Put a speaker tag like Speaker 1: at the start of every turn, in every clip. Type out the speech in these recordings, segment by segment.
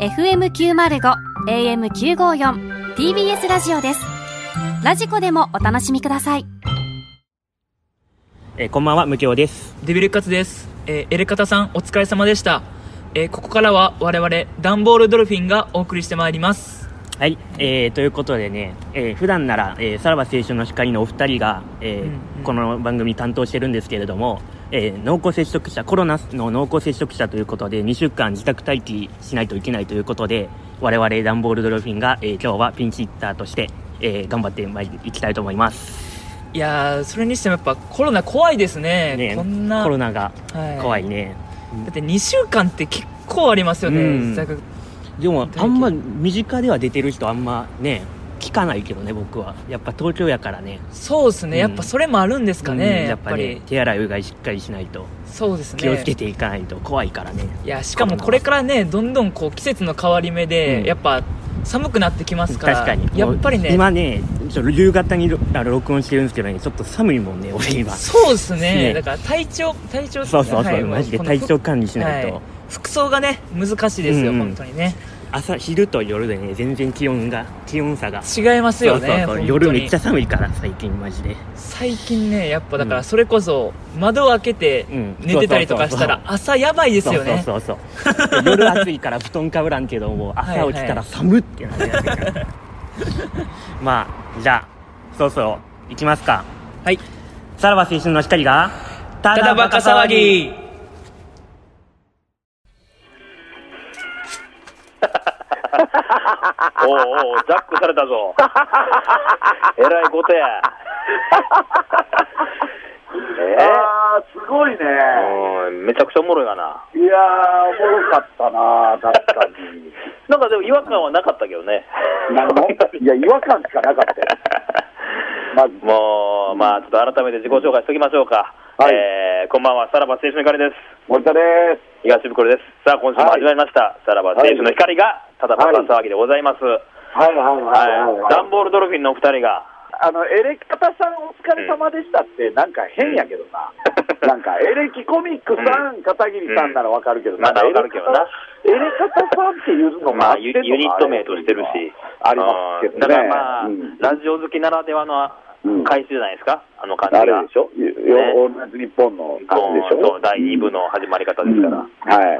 Speaker 1: FM905 AM954 TBS ラジオですラジコでもお楽しみください
Speaker 2: えーこんばんは、無教です。
Speaker 3: デビルカツです、えーエレカタさんお疲れ様でした、えーここからは我々ダンボールドルフィンがお送りしてまいります
Speaker 2: はい、えーということでね、えー普段なら、えーさらば青春の光のお二人が、えー
Speaker 3: うんうん
Speaker 2: この番組担当してるんですけれども、えー濃厚接触者、コロナの濃厚接触者ということで、2週間自宅待機しないといけないということで、我々ダンボールドルフィンが、えー今日はピンチヒッターとして、えー頑張ってまいりいきたいと思います。
Speaker 3: いやーそれにしてもやっぱコロナ怖いですね
Speaker 2: ね
Speaker 3: こんな
Speaker 2: コロナが
Speaker 3: は
Speaker 2: 怖いね。
Speaker 3: だって2週間って結構ありますよね、
Speaker 2: うん
Speaker 3: 自宅
Speaker 2: でも
Speaker 3: 体
Speaker 2: あ
Speaker 3: 験
Speaker 2: んま身近では出てる人あんまね聞かないけどね僕はやっぱ東京やからね
Speaker 3: そうですね、
Speaker 2: うん
Speaker 3: やっぱそれもあるんですかね、
Speaker 2: うん
Speaker 3: やっぱ
Speaker 2: ね
Speaker 3: り
Speaker 2: 手洗いうがいしっかりしないと
Speaker 3: そうですね
Speaker 2: 気をつけていかないと怖いからね
Speaker 3: いやしかもこれからねどんどんこう季節の変わり目で、
Speaker 2: うん
Speaker 3: やっぱ寒くなってきますから
Speaker 2: 確かに
Speaker 3: やっぱりね
Speaker 2: 今ねちょっと夕方にあの録音してるんですけどねちょっと寒いもんね俺今そ
Speaker 3: そうですね
Speaker 2: ね
Speaker 3: だから体調体調
Speaker 2: うそうそう、
Speaker 3: はい
Speaker 2: マジで
Speaker 3: この
Speaker 2: 体調管理しないと、
Speaker 3: はい服装がね難しいですよ、
Speaker 2: うんうん
Speaker 3: 本当にね
Speaker 2: 朝昼と夜でね全然気温が気温差が
Speaker 3: 違いますよね
Speaker 2: そうそうそう夜めっちゃ
Speaker 3: ゃ
Speaker 2: 寒いから最近マジで
Speaker 3: 最近ねやっぱだか
Speaker 2: うん
Speaker 3: らそれこそ窓を開けて
Speaker 2: うん
Speaker 3: 寝てたりとかしたら
Speaker 2: そう
Speaker 3: 朝やばいですよね
Speaker 2: そうそうそうそう夜暑いから布団かぶらんけど も朝起きたら寒ってなるやつやから まあじゃあそうそう行きますか
Speaker 3: はい
Speaker 2: さらば青春の光がた
Speaker 3: ただバカ騒ぎ
Speaker 4: おうおう、ジャックされたぞ。 えらいこと や。え
Speaker 5: あー、すごいね。
Speaker 4: えうん、めちゃくちゃおもろいがな。
Speaker 5: いやー、おもろかったな、確か に。
Speaker 4: なんかでも違和感はなかったけど ね。
Speaker 5: なんかいや、違和感しかなか ったよ。まず、
Speaker 4: もう、まあ、ちょっと改めて自己紹介しときましょうか。
Speaker 5: はい
Speaker 4: えーこんばんは、さらば青春の光です。
Speaker 5: 森田で
Speaker 4: 東袋です。さあ、今週も始まりました。さらば青春の光が、ただバカ騒ぎでございます。
Speaker 5: す。はいはいはいはい、
Speaker 4: はい。ダンボールドルフィンのお二人が、
Speaker 5: あの、エレキタさんお疲れ様でしたって、なんか変やけどな。
Speaker 4: うん
Speaker 5: なんか、エレキコミックさん、片桐さんならわかるけど、
Speaker 4: うんまだわかるけどな
Speaker 5: エレカタさんっていうのも
Speaker 4: ま
Speaker 5: 合
Speaker 4: あ、
Speaker 5: って
Speaker 4: ユ
Speaker 5: んのか
Speaker 4: ユニット名としてるし、
Speaker 5: あれありますけどね。
Speaker 4: だからまあ、
Speaker 5: うん
Speaker 4: ラジオ好きならでは
Speaker 5: うん
Speaker 4: の回収じゃないですか、あの感じ
Speaker 5: あれ
Speaker 4: が。
Speaker 5: でしょ、よ
Speaker 4: ね
Speaker 5: オールナイト日本の
Speaker 4: あ
Speaker 5: 感
Speaker 4: の
Speaker 5: じでしょ
Speaker 4: そう第2部の始まり方ですから。
Speaker 5: うんはい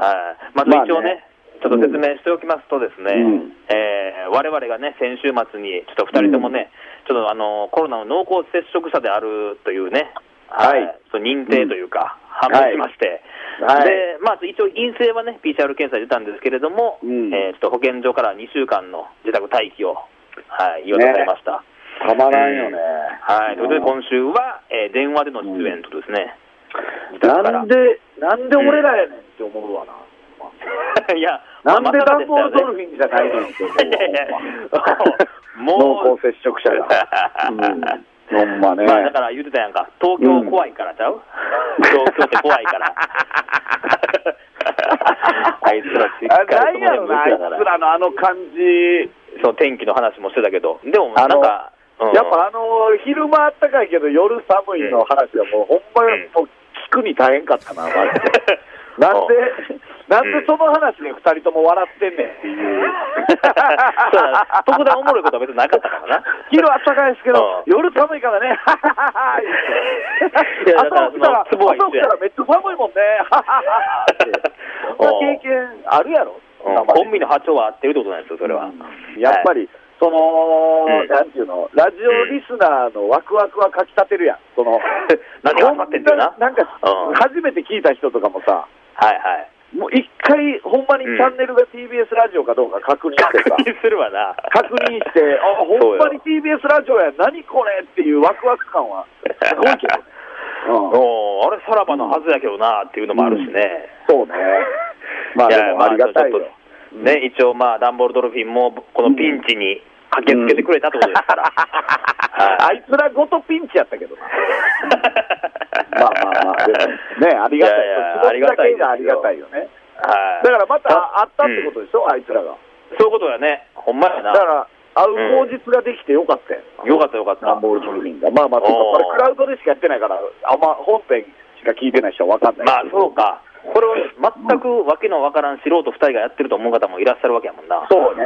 Speaker 4: まず一応ね、ち
Speaker 5: まあね
Speaker 4: ょっと説明しておきますとですね、
Speaker 5: うん
Speaker 4: えー我々がね、先週末に、ちょっと2人ともね、ちょっとあの、コロナの濃厚接触者であるというね、
Speaker 5: はい
Speaker 4: その認定というか、
Speaker 5: ん
Speaker 4: 判明しまして、
Speaker 5: はい
Speaker 4: で、まあ、一応陰性はね、PCR 検査で出たんですけれども、
Speaker 5: うん
Speaker 4: えーちょっと保健所から2週間の自宅待機を、はい、言い渡されました。
Speaker 5: たまらんよね。
Speaker 4: はい、ということで
Speaker 5: うん
Speaker 4: 今週は、えー電話での出演とですね、自宅から
Speaker 5: なんで、なんで俺らやねんって思うわな。
Speaker 4: いや、
Speaker 5: なんでダンボールドル
Speaker 4: フ
Speaker 5: フィンじゃないのって思うわ
Speaker 4: もう
Speaker 5: ほんま濃厚接触者 が。うん、ほんまね。
Speaker 4: まあだから言ってたやんか、東京怖いからちゃう、 東京って怖い から。あいつらしっ
Speaker 5: あ
Speaker 4: か
Speaker 5: な
Speaker 4: り
Speaker 5: んやろな、あいつらのあの感じ。
Speaker 4: そう、天気の話もしてたけど、でもな
Speaker 5: あ
Speaker 4: ん
Speaker 5: の
Speaker 4: か、うん
Speaker 5: やっぱあの、昼間あったかいけど夜寒いの話はもう、ほんまにもう聞くに大変かったな、マジ で。なんで、なんでその話で二人とも笑ってんねんっていう。
Speaker 4: そうだ特段おもろいことは別になかったからな。
Speaker 5: 昼あったかいですけど、
Speaker 4: うん
Speaker 5: 夜寒いからね、はははは言っ て
Speaker 4: いやだから
Speaker 5: 朝起きたら、
Speaker 4: そのツボは
Speaker 5: 朝
Speaker 4: 一緒
Speaker 5: 起きた
Speaker 4: や
Speaker 5: らめっちゃ寒いもんね、ははははってそん な経験あるやろ、
Speaker 4: うんコンビの波長は合ってるってことなんですよ、それは。
Speaker 5: やっぱり、その、
Speaker 4: うん
Speaker 5: なんていうの、ラジオリスナーのワクワクはかきたてるやん、その、
Speaker 4: 何が集まってんだよな。
Speaker 5: なんか、
Speaker 4: うん
Speaker 5: 初めて聞いた人とかもさ、
Speaker 4: はいはい。
Speaker 5: もう一回、ほんまにチャンネルが TBS ラジオかどうか確認してさ
Speaker 4: 確。認するわな。
Speaker 5: 確認して、あ、ほんまに TBS ラジオや、何これっていうワクワク感は、すごいけどね。 うん、
Speaker 4: おーあれ、さらばのはずやけどなっていうのもあるしね。
Speaker 5: そうね。まあ、
Speaker 4: い
Speaker 5: で
Speaker 4: や
Speaker 5: もありがたいよ
Speaker 4: まあちょ。っとね、一応、まあ、ダンボールドルフィンも、このピンチに駆けつけてくれたってことですから。
Speaker 5: あいつらごとピンチやったけどな。まあまあまあ、でもね、ありがた
Speaker 4: い
Speaker 5: い。
Speaker 4: やいや
Speaker 5: そっちだけが
Speaker 4: あ
Speaker 5: あ
Speaker 4: り
Speaker 5: り
Speaker 4: が
Speaker 5: が
Speaker 4: た
Speaker 5: た
Speaker 4: い
Speaker 5: いよね。
Speaker 4: はい
Speaker 5: だからまたあったってことでしょ、あいつらが。
Speaker 4: そういうことだね。ほんまやな。
Speaker 5: だから、会う口実ができてよかったよ。
Speaker 4: よかったよかった。
Speaker 5: ダンボールドルフィンが。まあまあ、
Speaker 4: おー
Speaker 5: これクラウドでしかやってないから、あんま本編しか聞いてない人は分かんない。
Speaker 4: まあ、そうか。これを全くわけのわからん素人2人がやってると思う方もいらっしゃるわけやもんな。
Speaker 5: そうね。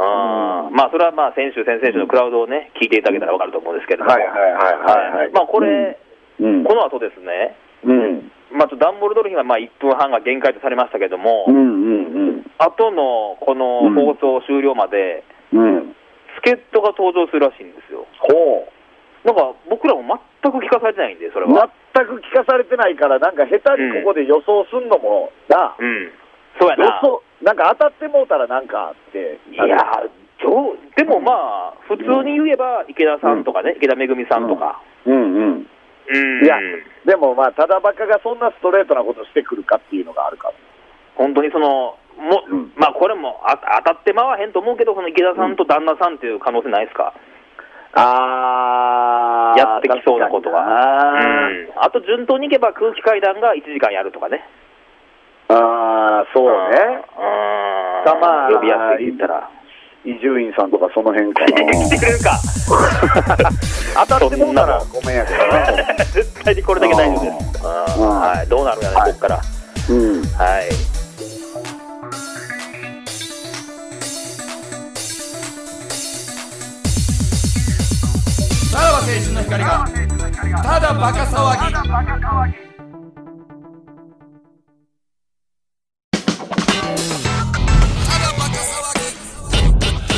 Speaker 4: あーまあ、それはまあ先週、先々週のクラウドをね、聞いていただけたらわかると思うんですけども、
Speaker 5: はいはいはいはいはい
Speaker 4: まあ、これ、
Speaker 5: うん。
Speaker 4: この後ですね、
Speaker 5: うん。
Speaker 4: まあ、ちょっとダンボールドルフィンはまあ1分半が限界とされましたけども、
Speaker 5: うんうん
Speaker 4: 後のこの放送終了まで、
Speaker 5: うん。うん。
Speaker 4: 助っ人が登場するらしいんですよ。
Speaker 5: ほう。
Speaker 4: なんか僕らも全く聞かされてないんで、それは。
Speaker 5: 全く聞かされてないから、なんか下手にここで予想すんのも、なあ、
Speaker 4: うん。そうや
Speaker 5: 予
Speaker 4: な。
Speaker 5: 想、なんか当たってもうたらなんかって。
Speaker 4: いやどうでもまあ、普通に言えば、池田さんとかね、池田めぐみさんとか。
Speaker 5: うんうん。
Speaker 4: うん
Speaker 5: いや、でもまあ、ただバカがそんなストレートなことしてくるかっていうのがあるから。
Speaker 4: 本当にその、も
Speaker 5: うん
Speaker 4: まあ、これもあ当たってまわへんと思うけど、その池田さんと旦那さんっていう可能性ないですか、
Speaker 5: あ
Speaker 4: やってきそうなことは。うんあと、順当にいけば空気階段が1時間やるとかね。
Speaker 5: ああ、そう
Speaker 4: うん
Speaker 5: ね。だまあ
Speaker 4: 呼びやすいって言ったら。
Speaker 5: 伊集院さんとかその辺か
Speaker 4: 来てくれるか。
Speaker 5: な。当たってもうたら ごめんやけどね。
Speaker 4: 絶対にこれだけ大丈夫です。うん
Speaker 5: うん
Speaker 4: はい、どうなるかね、こっから。
Speaker 5: うん。
Speaker 4: はい。
Speaker 6: さらば青春の光がただバカ騒ぎ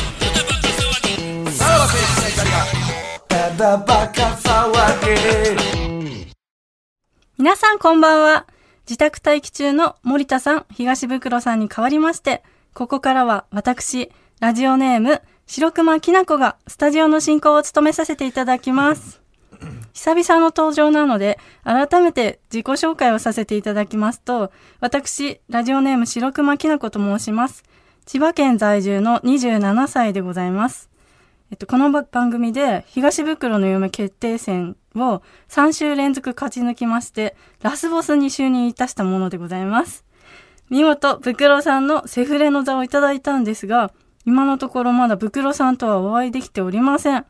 Speaker 6: さらば青春の光がただバカ騒ぎ
Speaker 7: 皆さんこんばんは。自宅待機中の森田さん、東袋さんに代わりまして、ここからは私、ラジオネーム、白熊きなこがスタジオの進行を務めさせていただきます。久々の登場なので、改めて自己紹介をさせていただきますと、私、ラジオネーム白熊きなこと申します。千葉県在住の27歳でございます。えっと、このば番組で東袋の夢決定戦を3週連続勝ち抜きまして、ラスボスに就任いたしたものでございます。見事、袋さんのセフレの座をいただいたんですが、今のところまだ袋さんとはお会いできておりません。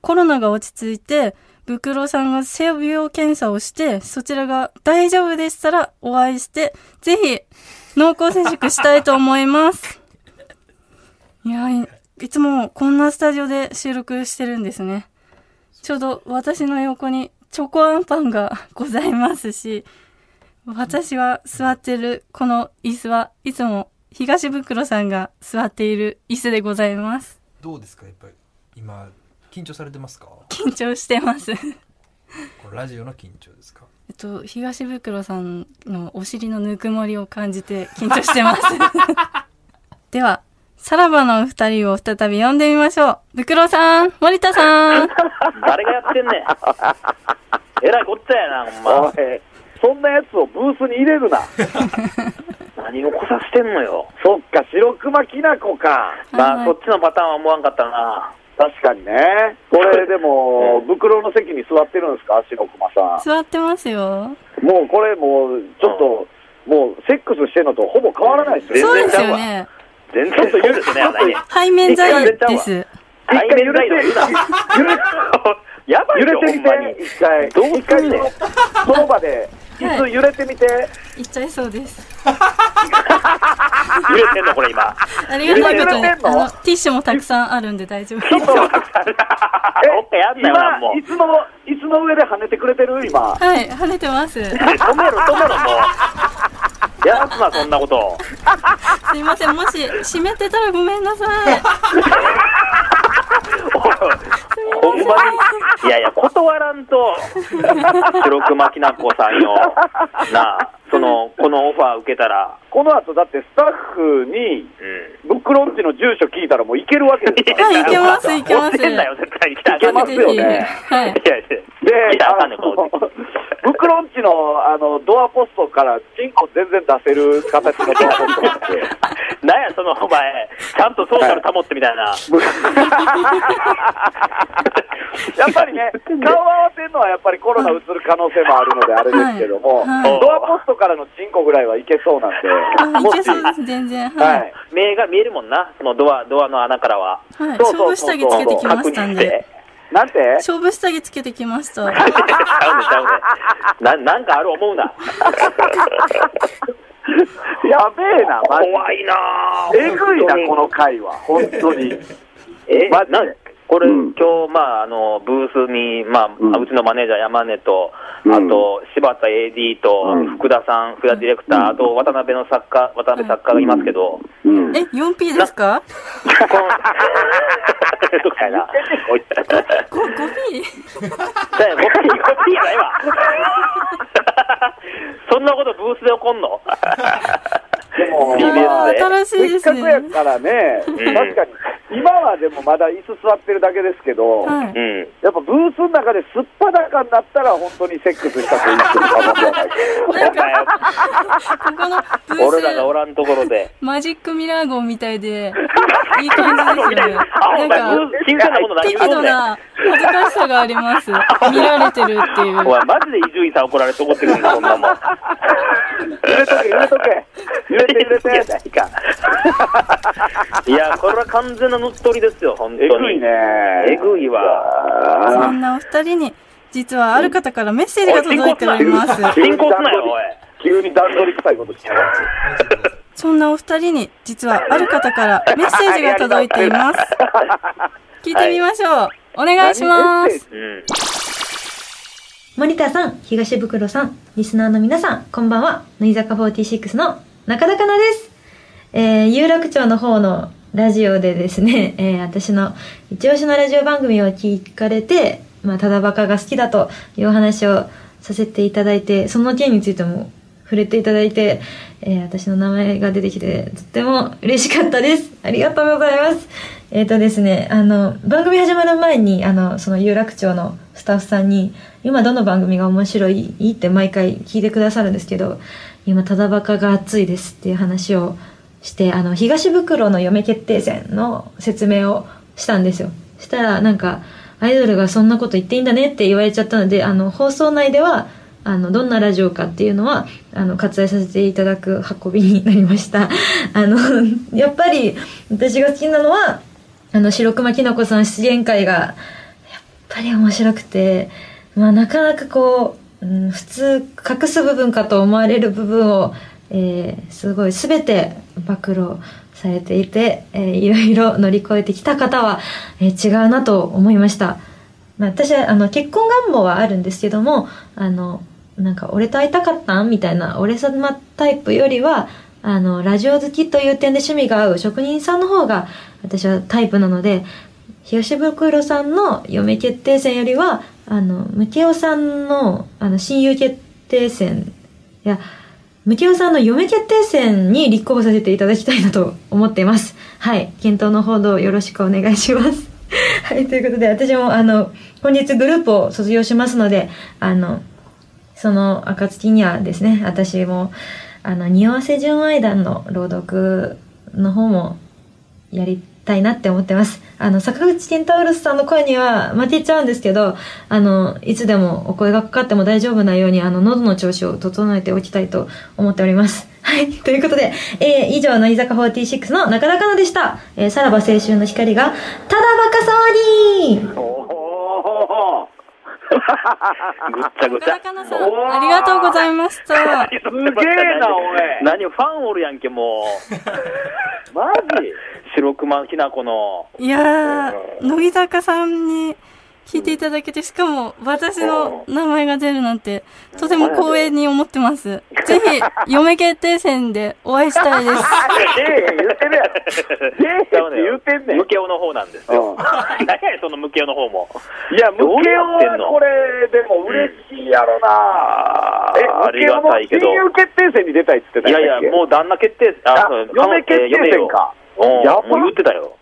Speaker 7: コロナが落ち着いて、袋さんが性病検査をして、そちらが大丈夫でしたらお会いして、ぜひ、濃厚接触したいと思います。いや、いいつもこんなスタジオで収録してるんですね。ちょうど私の横にチョコアンパンがございますし、私は座ってるこの椅子はいつも東袋さんが座っている椅子でございます。
Speaker 6: どうですかやっぱり今緊張されてますかこ
Speaker 7: 緊張してます。
Speaker 6: れラジオの緊張ですか
Speaker 7: えっと、東袋さんのお尻のぬくもりを感じて緊張してます。 では、さらばのお二人を再び呼んでみましょう。袋さん、森田さん。
Speaker 4: 誰がやってん ねん。えらいこっちゃやな、ほん
Speaker 5: お
Speaker 4: ま
Speaker 5: い。、そんなやつをブースに入れ るな。
Speaker 4: 何をこさしてんのよ。
Speaker 5: そっか、白熊きなこか。
Speaker 4: ま
Speaker 7: は
Speaker 4: あ、
Speaker 7: い
Speaker 4: そっちのパターンは思わんかったな。
Speaker 5: 確かにね。これ でも、袋の席に座ってるんですか、白熊さ
Speaker 7: 座ってますよ。
Speaker 5: ん。もうこれもう、ちょっと、もうセックスしてるのとほぼ変わらないですね。
Speaker 4: 全然ち
Speaker 7: そうです
Speaker 4: ゃう
Speaker 7: よ
Speaker 4: わ
Speaker 7: ね。
Speaker 4: 全然そうですね、あないね。
Speaker 7: 背面座椅です。
Speaker 4: 対面揺れてる。揺 れやばい
Speaker 5: 揺れ
Speaker 4: よ、
Speaker 5: て
Speaker 4: ほん
Speaker 5: み
Speaker 4: まに
Speaker 5: て、。一回。
Speaker 4: どう
Speaker 5: 一回
Speaker 4: すんね ん
Speaker 5: その場で、椅子揺れてみて。
Speaker 7: いっちゃいそうです。
Speaker 4: 揺れてんの、これ今。
Speaker 7: ありがたいことに、
Speaker 5: 揺れ
Speaker 7: あ
Speaker 5: てんの
Speaker 7: の、ティッシュもたくさんあるんで大丈夫です。
Speaker 4: おっかやんな
Speaker 5: 今
Speaker 4: よ、なんもう。
Speaker 5: 椅子の、椅子の上で跳ねてくれてる今。
Speaker 7: はい、跳ねてます。す
Speaker 4: 止めろ、止めろ、もう。やらすな、そんなこと。
Speaker 7: いません、もし、湿ってたらごめんな さい。
Speaker 4: ほんまに。いやいや、断らんと、 白熊きなこさんよ。なあ、その、このオファー受けたら、
Speaker 5: この後だってスタッフに、
Speaker 4: うん。
Speaker 5: 袋んちの住所聞いたらもう行けるわけですから。
Speaker 7: はい、いけます、いけま
Speaker 4: 持
Speaker 7: す。
Speaker 4: ってんだよ、絶対に来 たらあかんねん
Speaker 5: ますよね
Speaker 7: ぜひ
Speaker 4: い
Speaker 7: はい。
Speaker 4: やいや、
Speaker 5: で、
Speaker 4: 来たらあかんねん、こ
Speaker 5: の
Speaker 4: う。
Speaker 5: 袋んちの、あの、ドアポストから、チンコ全然出せる形のドアポストが あって。
Speaker 4: なんや、その、お前、ちゃんとソーシャル保ってみたいな。
Speaker 5: やっぱりね、顔を合わせるのはやっぱりコロナうつる可能性もあるので、あれですけども、
Speaker 7: はい
Speaker 4: はい
Speaker 5: ドアポストからのチンコぐらいはいけそうなんで、
Speaker 7: あい
Speaker 5: も
Speaker 7: け
Speaker 5: し、
Speaker 7: そうです、全然。は。
Speaker 5: はいい、
Speaker 4: 目が見えるもんな、そのドア、ドアの穴からは。
Speaker 7: はい、
Speaker 5: そうそ
Speaker 7: 勝
Speaker 5: う
Speaker 7: 負
Speaker 5: そ
Speaker 7: 下
Speaker 5: う
Speaker 7: 着つけてきま
Speaker 4: 確
Speaker 7: した
Speaker 4: 認
Speaker 7: ん
Speaker 4: し
Speaker 7: で
Speaker 4: て。。
Speaker 5: なんて
Speaker 7: 勝負下着つけてきました。
Speaker 4: ちゃうね、ちゃうね。ななんかある思うな。
Speaker 5: やべえな、マジで
Speaker 4: 怖いなぁ。
Speaker 5: えぐいな、この回は。本当に。
Speaker 4: え
Speaker 5: マジで
Speaker 4: なんこれ、
Speaker 5: うん
Speaker 4: 今日、まあ、あの、ブースに、まあ、
Speaker 5: うん
Speaker 4: うちのマネージャー山根と、
Speaker 5: うん
Speaker 4: あと、柴田 AD と
Speaker 5: うん、
Speaker 4: 福田さん、福田ディレクター、あと、渡辺の作家、渡辺作家がいますけ ど、
Speaker 5: うん。
Speaker 7: え、4P ですか
Speaker 4: この、 みたいな。こいつだよ
Speaker 7: ?5、5P?
Speaker 4: コピー、コピーないわ。 そんなことブースで起こんの
Speaker 5: でも
Speaker 4: TBS で
Speaker 7: あー新しい
Speaker 5: せ
Speaker 7: で
Speaker 5: っ
Speaker 7: す
Speaker 5: か
Speaker 7: ね
Speaker 5: く。やからね、確
Speaker 4: ん
Speaker 5: かに、今はでもまだ椅子座ってるだけですけど、
Speaker 7: は
Speaker 4: う
Speaker 7: い。
Speaker 4: ん。
Speaker 5: やっぱブースの中ですっぱだかになったら、本当にセックスしたと言ってる可能性はない
Speaker 7: なん か、ここのブ
Speaker 4: 俺らがお
Speaker 7: ース、
Speaker 4: らんところで。
Speaker 7: マジックミラー号みたいで、いい感じですよね。
Speaker 4: あ、お前、
Speaker 7: なんか、
Speaker 4: 新鮮なもの何
Speaker 7: 適
Speaker 4: かあん
Speaker 7: 度
Speaker 4: ねん。
Speaker 7: な恥ずかしさがあります。見られてるっていう。
Speaker 4: お前、マジで伊集院さん怒られて怒って くるんだ、そんなもん。
Speaker 5: 揺れとけ、揺れとけ、揺れて、揺れて、
Speaker 4: いか。いや、これは完全な乗っ取りですよ、本当
Speaker 5: え
Speaker 4: に。
Speaker 5: ぐいね、
Speaker 4: えぐいわ。
Speaker 7: そ
Speaker 5: あ
Speaker 7: んなお二人に、実はある方からメッセージが届いてお ります。
Speaker 5: ー
Speaker 4: 進行すなよ、おい。
Speaker 5: 急に段取り臭いことしてる。
Speaker 7: そんなお二人に、実はある方からメッセージが届いています。聞いてみましょう。お願いします。
Speaker 4: うん。
Speaker 8: 森田さん、東袋さん、リスナーの皆さん、こんばんは。乃木坂46の中田香奈です。えー、有楽町の方のラジオでですね、 えー、私の一押しのラジオ番組を聞かれて、まあ、ただバカが好きだというお話をさせていただいて、その件についても触れていただいて、えー、私の名前が出てきて、とっても嬉しかったです。ありがとうございます。えっ、とですね、あの、番組始まる前に、あの、その有楽町のスタッフさんに、今どの番組が面白いいいって毎回聞いてくださるんですけど、今、ただバカが熱いですっていう話をして、あの、東袋の嫁決定戦の説明をしたんですよ。したら、なんか、アイドルがそんなこと言っていいんだねって言われちゃったので、あの、放送内では、あの、どんなラジオかっていうのは、あの、割愛させていただく運びになりました。 あの、やっぱり、私が好きなのは、あの、白熊きなこさん出演会が、やっぱり面白くて、まあ、なかなかこう、うん、普通隠す部分かと思われる部分を、えーすごい全て暴露されていて、えーいろいろ乗り越えてきた方は、えー違うなと思いました。まあ、私はあの結婚願望はあるんですけどもあのなんか俺と会いたかったんみたいな俺様タイプよりはあのラジオ好きという点で趣味が合う職人さんの方が私はタイプなので東袋さんの嫁決定戦よりはあのムケオさんのあの親友決定戦いやムケオさんの嫁決定戦に立候補させていただきたいなと思っていますはい検討の報道よろしくお願いします はい、ということで、私も、あの、本日グループを卒業しますので、あの、その暁にはですね、私も、あの、匂わせ純愛団の朗読の方もやりたいなって思ってます。あの、坂口健太郎さんの声には負けちゃうんですけど、あの、いつでもお声がかかっても大丈夫なように、あの、喉の調子を整えておきたいと思っております。 はい。ということで、えー、以上、乃木坂46の中田香奈でした。えー、さらば青春の光が、ただバカ騒ぎ
Speaker 5: おー
Speaker 4: ぐっちゃぐ ちゃ
Speaker 7: 高。田さん、ありがとうございました。
Speaker 4: す
Speaker 5: すげえな、おい。
Speaker 4: 何、ファンおるやんけ、もう。
Speaker 5: マジ
Speaker 4: 白熊きなこの。
Speaker 7: いやー、乃木坂さんに聞いていただけて、しかも私の名前が出るなんて、とても光栄に思ってます。ぜひ、嫁決定戦でお会いした いです。
Speaker 5: ええ言ってるやん。ええって言ってんねん
Speaker 4: ム。ケオの方なんですよ。 何やねんそのムケオの方も。
Speaker 5: いや、ムケオはこれ、でも嬉しいやろな、
Speaker 4: うん
Speaker 5: え、
Speaker 4: ありがたいけど
Speaker 5: ムケオも親友決定戦に出たいって言って
Speaker 4: い
Speaker 5: た
Speaker 4: やいや、
Speaker 5: う、
Speaker 4: もう旦那決定、
Speaker 5: あ
Speaker 4: そう
Speaker 5: 嫁決定戦か。
Speaker 4: 彼女
Speaker 5: や
Speaker 4: 嫁よ
Speaker 5: ば
Speaker 4: うん、もう言ってた よ。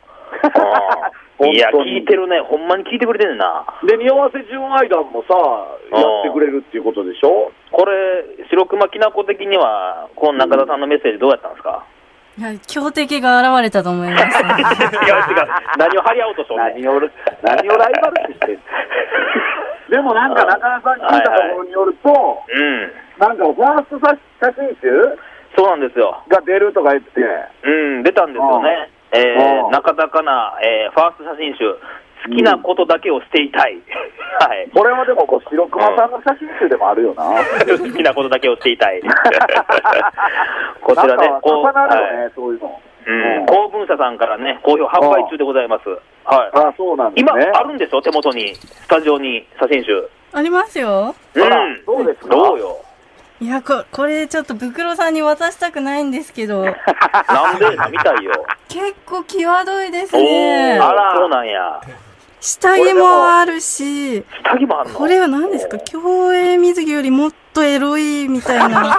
Speaker 4: うんいや、
Speaker 5: 本当に
Speaker 4: 聞いてるね。ほんまに聞いてくれてんねんな。
Speaker 5: で、匂わせ純愛団もさ、
Speaker 4: うん
Speaker 5: やってくれるっていうことでしょ
Speaker 4: これ、白熊きなこ的には、この中田さんのメッセージどうやったんですか、
Speaker 7: いや、強敵が現れたと思います、ね。
Speaker 4: いや、違う。何を張り合おうとしとんねん
Speaker 5: 何をる、何をライバル視して んのでもなんか中田さん聞いたところによると、
Speaker 4: うん。
Speaker 5: なんかファーストさ写真集
Speaker 4: そうなんですよ。
Speaker 5: が出るとか言って、
Speaker 4: うん、出たんですよね。え
Speaker 5: う
Speaker 4: ー、
Speaker 5: ん
Speaker 4: 中田かな、えー、ファースト写真集、好きなことだけをしていた い。はい。
Speaker 5: これはでもこう、白熊さんの写真集でもあるよな。
Speaker 4: 好きなことだけをしていた い。 こちらね
Speaker 5: なんか、
Speaker 4: こう
Speaker 5: 重なるよね、
Speaker 4: はい
Speaker 5: そういうの。
Speaker 4: うん公文社さんからね、好評発売中でございます。はい。
Speaker 5: あ、そうなんですね。
Speaker 4: 今、あるんでしょ手元に、スタジオに、写真集。
Speaker 7: ありますよ。
Speaker 4: う
Speaker 5: あら
Speaker 4: ん。
Speaker 5: そうですか
Speaker 4: どうよ。
Speaker 7: いや、ここれちょっとブクロさんに渡したくないんですけど、
Speaker 4: なんで見たい よ。
Speaker 7: 結構際どいです
Speaker 4: おー、
Speaker 7: ね。
Speaker 4: あら、そうなんや。
Speaker 7: 下着もあるし、
Speaker 4: 下着もあんの
Speaker 7: これは何ですか競泳水着よりもっとエロいみたいな。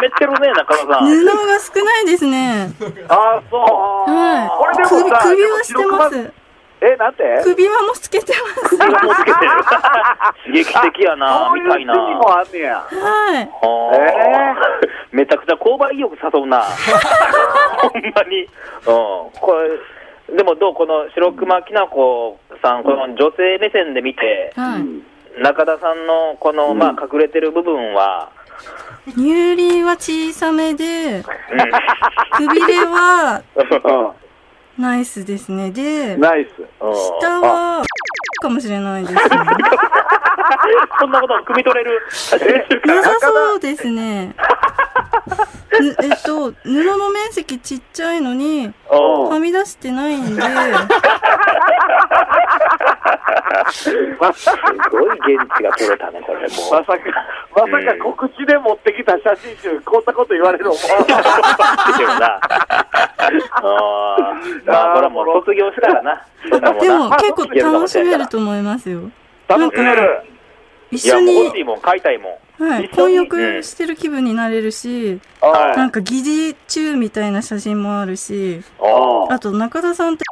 Speaker 4: めてるね、中野さん。
Speaker 7: 布が少ないですね。
Speaker 5: あ、そう。こ
Speaker 7: は
Speaker 5: れ
Speaker 7: い。
Speaker 5: でも
Speaker 7: 首、
Speaker 5: さ
Speaker 7: 首はしてます。
Speaker 5: え、なんて
Speaker 7: 首輪もつけて ます。
Speaker 4: もつけてる。刺激的やな、
Speaker 5: そう
Speaker 4: み
Speaker 5: いう
Speaker 4: たい
Speaker 5: 趣味
Speaker 4: な。
Speaker 5: もあんねや。
Speaker 4: あ
Speaker 7: はい。
Speaker 4: ーめちゃくちゃ購買意欲誘う な。ほんまに。うん。これ、でもどうこの白熊きなこさん、この女性目線で見て、
Speaker 7: はい。
Speaker 4: 中田さんのこの、まあ隠れてる部分は、
Speaker 7: 乳輪は小さめで、
Speaker 4: うん。
Speaker 7: くびれは
Speaker 5: う
Speaker 7: ナイスですね。で
Speaker 5: ん、、ナイス。
Speaker 4: うん
Speaker 7: 下は、かもしれないですね。
Speaker 4: そんなことを汲み取れる。
Speaker 7: なさそうですね。ぬえっと、布の面積ちっちゃいのに、
Speaker 4: うん
Speaker 7: はみ出してないんで、
Speaker 4: すごい現地が取れたね、これもう
Speaker 5: まさ。か、まさか告知で持ってきた写真集、こんなこと言われ る思わなか
Speaker 4: っ
Speaker 5: っ
Speaker 4: てけどな。あーまあ、これはもう卒業したらな。
Speaker 7: でも結構
Speaker 4: いけるか
Speaker 7: 楽
Speaker 4: もし
Speaker 7: し
Speaker 4: れん
Speaker 7: め
Speaker 4: から
Speaker 7: ると思いますよ。
Speaker 5: た。
Speaker 7: なん
Speaker 5: 楽しめ
Speaker 7: か、
Speaker 5: る。
Speaker 4: い
Speaker 7: 一
Speaker 4: や、
Speaker 7: 緒
Speaker 4: もう
Speaker 7: に
Speaker 4: 欲し、いもん、買いたいもん。
Speaker 7: はい、
Speaker 5: 一緒
Speaker 7: 混
Speaker 5: に
Speaker 7: 浴してる気分になれるし、
Speaker 5: はい
Speaker 7: なんか疑似中みたいな写真もあるし、
Speaker 4: あ
Speaker 7: あと 中田さんって、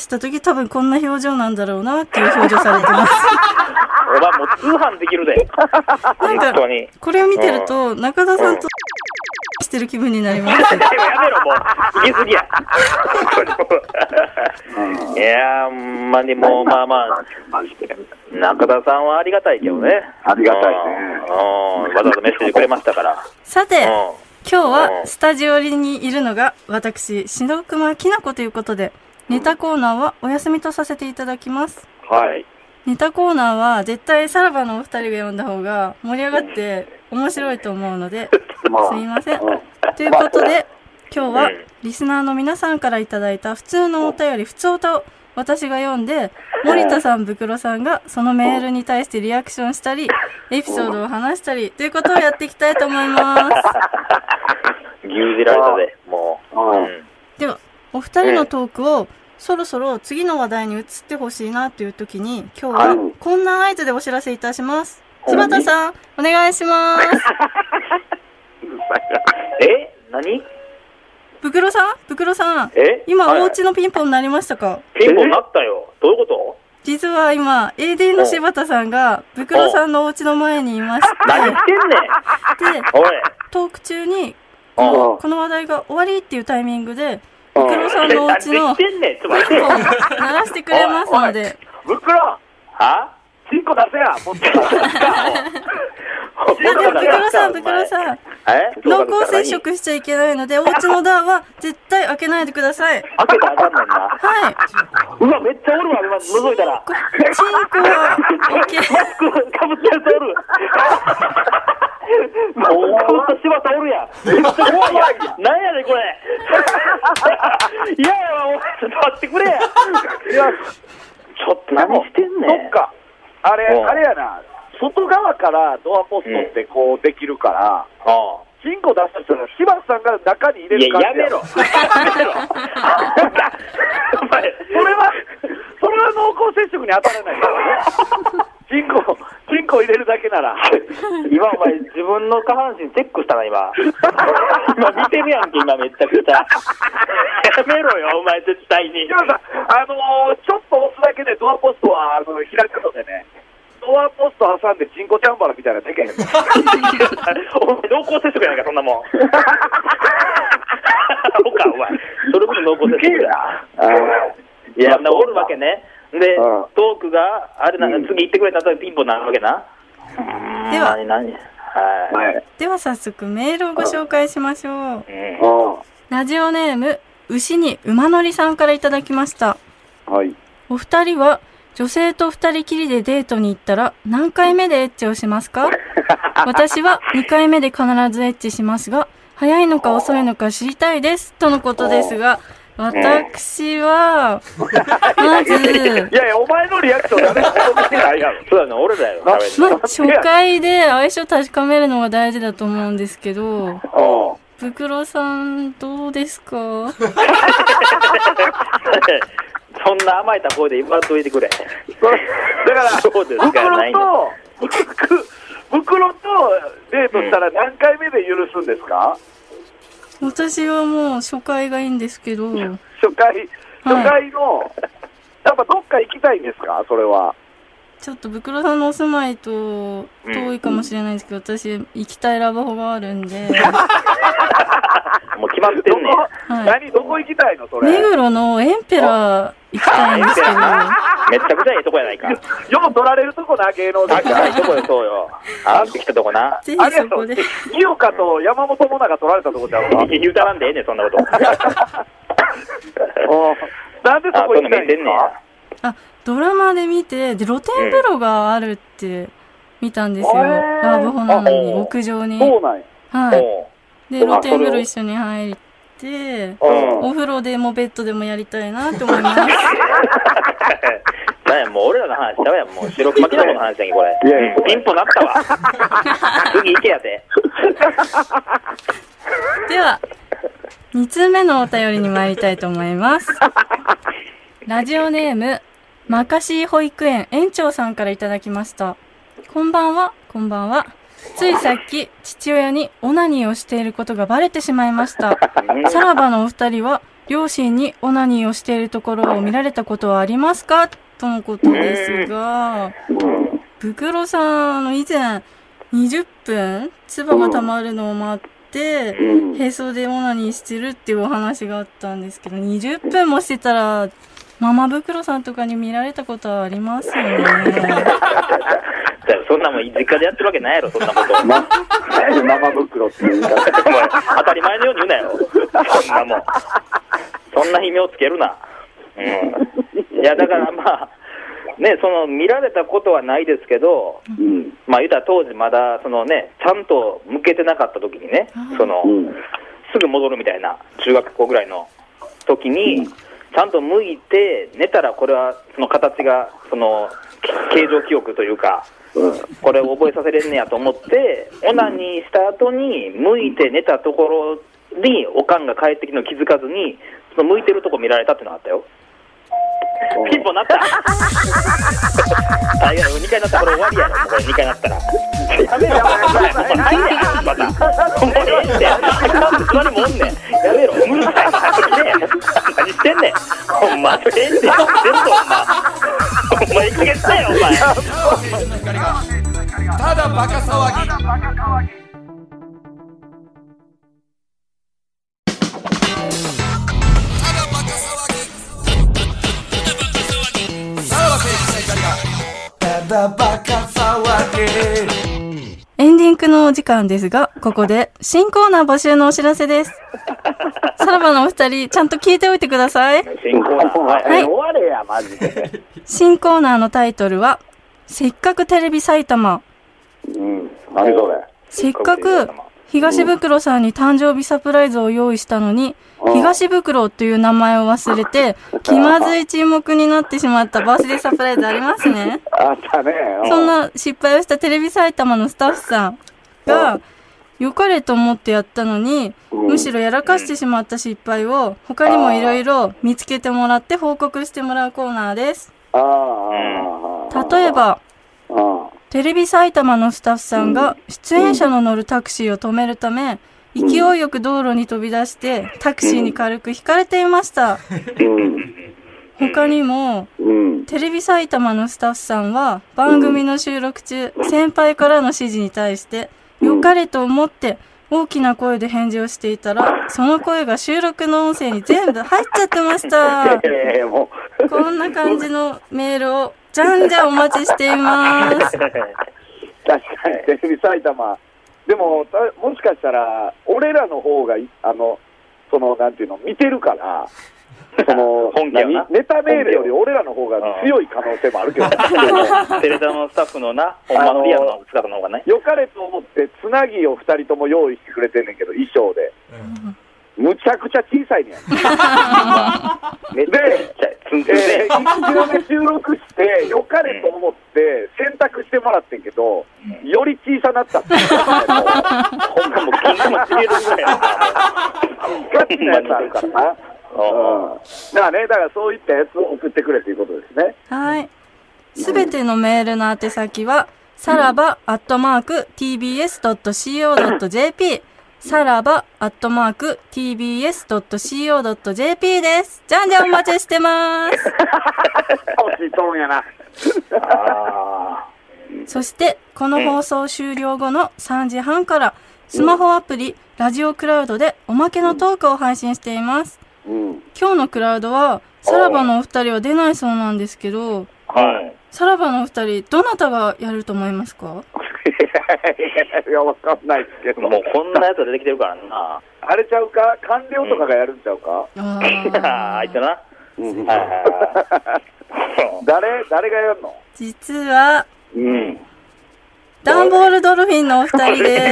Speaker 7: した時多分こんな表情なんだろうなっていう表情されて ます。
Speaker 4: あ、俺はもう通販できるで。
Speaker 7: なん
Speaker 4: 本
Speaker 7: か
Speaker 4: 当に。
Speaker 7: これを見てると、中田さ んと、してる気分になります。
Speaker 4: でもやめろ、もう。行き過ぎや。いやー、ほんまにもう、まあまあ、
Speaker 5: マジで。
Speaker 4: 中田さんはありがたいけどね。
Speaker 5: ありがたいね
Speaker 4: うんうんわざわざメッセージくれましたから。
Speaker 7: さて、
Speaker 4: うん
Speaker 7: 今日
Speaker 4: うん
Speaker 7: はスタジオにいるのが私、白熊きなこということで、ネタコーナーはお休みとさせていただきます。
Speaker 5: はい。
Speaker 7: ネタコーナーは絶対さらばのお二人が読んだ方が盛り上がって面白いと思うので、
Speaker 5: まあ
Speaker 7: すいません
Speaker 5: うん。
Speaker 7: ということで、今日
Speaker 4: う
Speaker 7: は
Speaker 4: ん
Speaker 7: リスナーの皆さんからいただいた普通のお便り、普通歌を私が読んで、森田さん、ブクロさんがそのメールに対してリアクションしたり、エピソードを話したり、ということをやっていきたいと思います。
Speaker 4: 牛耳られたで、もう。
Speaker 5: うん
Speaker 4: うん
Speaker 7: ではお二人のトークを、そろそろ次の話題に移ってほしいなという時に今日
Speaker 5: は
Speaker 7: はいこんな合図でお知らせいたします
Speaker 5: うん
Speaker 7: 柴田さんお願いします
Speaker 4: え何
Speaker 7: ブクロさんブクロさん
Speaker 4: え
Speaker 7: 今、
Speaker 4: はい
Speaker 7: お家のピンポンになりましたか
Speaker 4: ピンポンなったよ。どういうこと
Speaker 7: 実は今 AD の柴田さんがブクロさんのお家の前にいまし
Speaker 4: 何言ってんねん。
Speaker 7: てで
Speaker 4: おい。
Speaker 7: トーク中に
Speaker 4: う
Speaker 5: うん
Speaker 4: ん
Speaker 7: この話題が終わりっていうタイミングで
Speaker 5: うん
Speaker 7: ブクロさんのお家の
Speaker 4: 何言ってんねん。ちょっと待っ
Speaker 7: ピ
Speaker 4: て。
Speaker 7: ンポン鳴らしてくれますので
Speaker 5: ブクロ
Speaker 4: は
Speaker 5: チンコ出せやもっと
Speaker 4: ブ
Speaker 7: いやでもブクロさんブクロさん
Speaker 4: え
Speaker 7: 濃厚接。触しちゃいけないので、お家のダーは絶対開けないでください。
Speaker 4: 開けたらあかんねんな。
Speaker 7: はい。
Speaker 4: うわ、めっちゃおるわ、今、覗いたら。
Speaker 7: こチンコは OK。
Speaker 4: かぶってる人おる。かぶった柴田おるやん。めっちゃ怖いやん。なんやねんこ れ。いやいや、お前、ちょっと待ってくれや。
Speaker 5: いや、
Speaker 4: ちょっと何してんねん。
Speaker 5: そっか。あれ、
Speaker 4: うん
Speaker 5: あれやな。外側からドアポストってこうできるから、
Speaker 4: うん。
Speaker 5: チンコ出した人が柴田さんが中に入れ
Speaker 4: い
Speaker 5: る
Speaker 4: や、
Speaker 5: 感じ
Speaker 4: やめろ。や めろ。お前、
Speaker 5: それは、それは濃厚接触に当たらないからね。チンコ、チンコ入れるだけなら。
Speaker 4: 今お前自分の下半身チェックしたな今今見てるやんけ今めちゃくちゃやめろよお前絶対に
Speaker 5: 皆さん、あのーちょっと押すだけでドアポストはあの開くのでね、ドアポスト挟んでチンコチャンバラみたいなのでけへんの。
Speaker 4: お前濃厚接触やんかそんなもんそうかお前それこそ濃厚接触だいやなおるわけねで
Speaker 5: うん
Speaker 4: トークがあれな、
Speaker 5: うん
Speaker 4: 次行ってくれた後にピンポンなるわけな
Speaker 7: では
Speaker 4: 何何は
Speaker 5: はい。
Speaker 7: では早速メールをご紹介しましょう。
Speaker 4: い、うん
Speaker 5: う
Speaker 7: ラジオネーム、牛に馬乗りさんからいただきました。
Speaker 5: ん。はい。
Speaker 7: お二人は女性と二人きりでデートに行ったら何回目でエッチをしますか私は2回目で必ずエッチしますが、早いのか遅いのか知りたいです。とのことですが、私は、まず、
Speaker 5: いやいや、お前のリアクション誰も求めてないやろ。
Speaker 4: そうやな、俺 だよ。
Speaker 5: な
Speaker 7: まあ、初回で相性確かめるのが大事だと思うんですけど、
Speaker 5: うん
Speaker 7: ブクロさんどうですか
Speaker 4: そんな甘えた声で言わんといてくれ。
Speaker 5: だから、
Speaker 4: そうですか
Speaker 5: 袋
Speaker 4: ないの
Speaker 5: と、袋袋とデートしたら何回目で許すんですか、
Speaker 7: 私はもう初回がいいんですけど、う
Speaker 5: 初回、初回の、やっぱどっか行きたいんですかそれは。
Speaker 7: ちょっとブクロさんのお住まいと遠いかもしれないですけど、私行きたいラブホがあるん で、
Speaker 4: もう決まって
Speaker 5: ど
Speaker 4: ん
Speaker 5: こ
Speaker 4: ねん。、
Speaker 7: はい
Speaker 5: 何、どこ行きたいのそれ。
Speaker 7: 目
Speaker 5: よ
Speaker 7: 黒のエンペラー行きたいんですけど、
Speaker 4: めっちゃくちゃええとこやないか。
Speaker 5: う取られるとこな、芸能人
Speaker 4: 高い
Speaker 5: が。
Speaker 4: とこよ、そうよ。あってきたとこな。
Speaker 7: ぜ
Speaker 5: あ
Speaker 7: ひ
Speaker 5: れや
Speaker 7: そ
Speaker 5: ろ
Speaker 7: こで。
Speaker 5: 井岡と山本もなが取られたとこちゃうか。
Speaker 4: 言うたらんでええねん、そんな こと。
Speaker 5: なんでそ
Speaker 4: あ、
Speaker 5: こ
Speaker 4: そ
Speaker 5: 行
Speaker 4: んな見
Speaker 5: きたい
Speaker 4: え
Speaker 5: ん
Speaker 4: てんね
Speaker 5: です
Speaker 4: ん
Speaker 5: か
Speaker 4: や。
Speaker 7: あ、ドラマで見て、で露天風呂があるって見たんですよ。
Speaker 5: うん
Speaker 7: ラブホなのに、
Speaker 4: あ
Speaker 7: 屋上に。
Speaker 5: そうなんや。
Speaker 7: はい。
Speaker 4: おう
Speaker 7: で、
Speaker 4: そう
Speaker 7: 露天風呂一緒に入って、
Speaker 5: うん
Speaker 7: お風呂でもベッドでもやりたいなと思います。
Speaker 4: なんや、もう俺らの話ちゃうやん。もう白熊きなこの話やんけ、これ。
Speaker 5: いやいや
Speaker 4: ピンポなったわ。次行けやで。
Speaker 7: では、2通目のお便りに参りたいと思います。ラジオネーム、まかし保育園園長さんからいただきました。こんばんは、こんばんは。ついさっき、父親にオナニーをしていることがバレてしまいました。さらばのお二人は、両親にオナニーをしているところを見られたことはありますかとのことですが、ブクロさん、あの、以前、20分、唾が溜まるのを待って、へそでオナニーしてるっていうお話があったんですけど、20分もしてたら、ママ袋さんとかに見られたことはありますよね。
Speaker 4: だからそんなもん、実家でやってるわけないやろ、そんなこと。
Speaker 5: 生袋ってい うか。
Speaker 4: お前当たり前のように言うなよ。そんなもん。そんな悲鳴をつけるな。うん。いや、だからまあ、ね、その見られたことはないですけど、
Speaker 5: うん。
Speaker 4: まあ言うたら当時まだ、そのね、ちゃんと向けてなかった時にね、その、
Speaker 5: うん。
Speaker 4: すぐ戻るみたいな、中学校ぐらいの時に、ちゃんと向いて寝たら、これはその形が、その形状記憶というか、これを覚えさせれんねやと思って、オナニーした後に、向いて寝たところに、おかんが帰ってきての気づかずに、その向いてるとこ見られたってのがあったよ。ピンポンなった大概2回なったらこれ終わりやろ、もうこれ2回なったら。やめろ、やめろ、やめろ、また。もうええって、なんで座りもおんねん。やめろ、うるさい、早くね何してんねん。ほんま、それええって、全部ほんま。ほんま、いい加減せえよ、お前。
Speaker 6: ただバカ騒ぎただバカ騒ぎ
Speaker 7: エンディングのお時間ですが、ここで新コーナー募集のお知らせ です。さらばのお二人、ちゃんと聞いておいてください。
Speaker 4: 進行な。はい
Speaker 7: はい
Speaker 5: 終われや、マジで。
Speaker 7: 新コーナーのタイトルは、せっかくテレビ埼玉、
Speaker 5: うん。何それ。
Speaker 7: せっかく東袋さんに誕生日サプライズを用意したのに、東袋という名前を忘れて、気まずい沈黙になってしまったバースデーサプライズありますね。
Speaker 5: あったね。う
Speaker 7: そんな失敗をしたテレビ埼玉のスタッフさんが、良かれと思ってやったのに、
Speaker 5: うん
Speaker 7: むしろやらかしてしまった失敗を、他にもいろいろ見つけてもらって報告してもらうコーナーです。
Speaker 5: ああああ。
Speaker 7: 例えば、
Speaker 5: あ
Speaker 7: テレビ埼玉のスタッフさんが出演者の乗るタクシーを止めるため、勢いよく道路に飛び出して、タクシーに軽く引かれていました。
Speaker 5: うん。
Speaker 7: 他にも、
Speaker 5: うん。
Speaker 7: テレビ埼玉のスタッフさんは、番組の収録中、先輩からの指示に対して、良かれと思って、大きな声で返事をしていたら、その声が収録の音声に全部入っちゃってました。
Speaker 5: ええ、も
Speaker 7: こんな感じのメールを、じゃんじゃんお待ちしています。
Speaker 5: う、確かに、テレビ埼玉。でも、たも しかしたら、俺らの方がい、あの、その、なんていうの、見てるから、その、
Speaker 4: 本家はな
Speaker 5: 何ネタメールより俺らの方が強い可能性もあるけ ど、
Speaker 4: テレサのスタッフのな、ほんまのリアルの姿の方がね。
Speaker 5: 良かれと思って、つなぎを二人とも用意してくれてんねんけど、衣装で。むちゃくちゃ小さ いねん。
Speaker 4: めっちゃちっちゃい。ツンツン
Speaker 5: で、
Speaker 4: で。
Speaker 5: 1秒目収録して、良かれと思って、選択してもらってんけど、より小さなったっ
Speaker 4: ほ
Speaker 5: て。
Speaker 4: んまもう、金玉ちぎれるぐらいや
Speaker 5: ガチなやつあるからな。うん、だからね、だからそういったやつを送ってくれということですね。
Speaker 7: はい。すべてのメールの宛先は、さらば、アットマーク、tbs.co.jp、さらば、アットマーク、tbs.co.jp です。じゃんじゃんお待ちしてます。
Speaker 5: 欲しいとんやな。
Speaker 7: そして、この放送終了後の3時半から、スマホアプリ、ラジオクラウドでおまけのトークを配信しています。
Speaker 5: うん。
Speaker 7: 今日のクラウドは、さらばのお二人は出ないそうなんですけど、
Speaker 4: はい。
Speaker 7: さらばのお二人、どなたがやると思いますか
Speaker 5: いや、わかんないですけど。
Speaker 4: もうこんなやつ出てきてるからな。
Speaker 5: あれちゃうか官僚とかがやるんちゃうか、
Speaker 4: あ
Speaker 7: あ
Speaker 4: あいつ な。はいはいはい
Speaker 5: 誰、誰がやるの
Speaker 7: 実は、
Speaker 4: うん。
Speaker 7: ダンボールドルフィンのお二人です。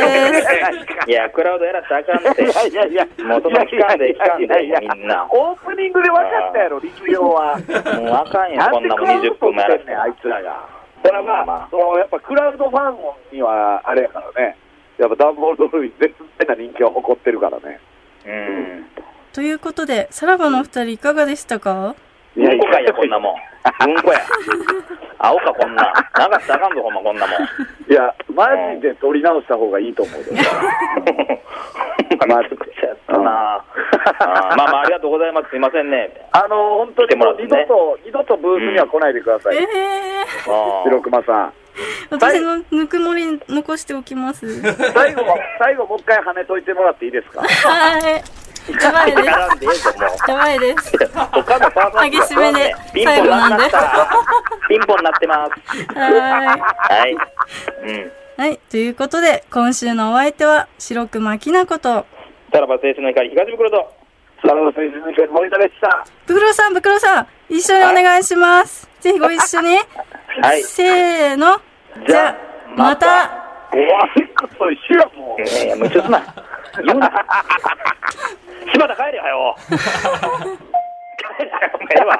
Speaker 4: いや、クラウドやらしたらあかんって。
Speaker 5: いやいや、
Speaker 4: もうその期間で期間でみんな
Speaker 5: オープニングで分かったやろ、陸上は。
Speaker 4: もうあかんよ、
Speaker 5: な
Speaker 4: こ
Speaker 5: ん
Speaker 4: ん
Speaker 5: で
Speaker 4: なもん
Speaker 5: クラウド
Speaker 4: 20分もやら
Speaker 5: し
Speaker 4: してて
Speaker 5: んねんあいつらが。それはまあ、そのやっぱクラウドファンにはあれやからね、やっぱダンボールドルフィン絶対な人気を誇ってるからね。
Speaker 4: うん。
Speaker 7: ということで、さらばのお二人いかがでしたか
Speaker 5: いや
Speaker 4: う
Speaker 5: い
Speaker 4: んこかい
Speaker 5: や
Speaker 4: や、こんなもん。うんこや。青か、こんなん。流したらあかんぞ、ほんま、こんなもん。
Speaker 5: いや、マジで撮り直した方がいいと 思うで。
Speaker 4: まずくちゃやったな。あーまあまあ、ありがとうございます。すいませんね。
Speaker 5: あの、本当
Speaker 4: 来て
Speaker 5: に
Speaker 4: も
Speaker 5: も
Speaker 4: らって
Speaker 5: う二
Speaker 4: ね
Speaker 5: 度と、二度とブースには来ないでくださ
Speaker 7: え
Speaker 5: い。
Speaker 7: え
Speaker 4: あ
Speaker 5: 白熊さん。
Speaker 7: ー、私のぬくもり残しておきます。
Speaker 5: 最後は、最後もう一回跳ねといてもらっていいですか
Speaker 7: はい。やばいです。
Speaker 4: あ。絡んでええぞ、もう。
Speaker 7: やばいです。
Speaker 4: 他のパーソナリティ
Speaker 7: 激しめで
Speaker 4: ピンポンなっ
Speaker 7: 最後
Speaker 4: た。ピンポンになってます。
Speaker 7: は
Speaker 4: はい。うん。
Speaker 7: い。はい。ということで、今週のお相手は、白熊きなこと、
Speaker 4: さらば青春の光、東袋と。
Speaker 5: サラダ選手の森田でした。
Speaker 7: ブクロさん、ブクロさん、一緒にお願いします。ぜひご一緒に。
Speaker 4: はい。
Speaker 7: せーの。じゃ、また。
Speaker 5: 怖いこと一緒やもん。
Speaker 4: いやいや、無茶すな。言う な。柴田帰れよ、はよ。帰れはよ、お前は。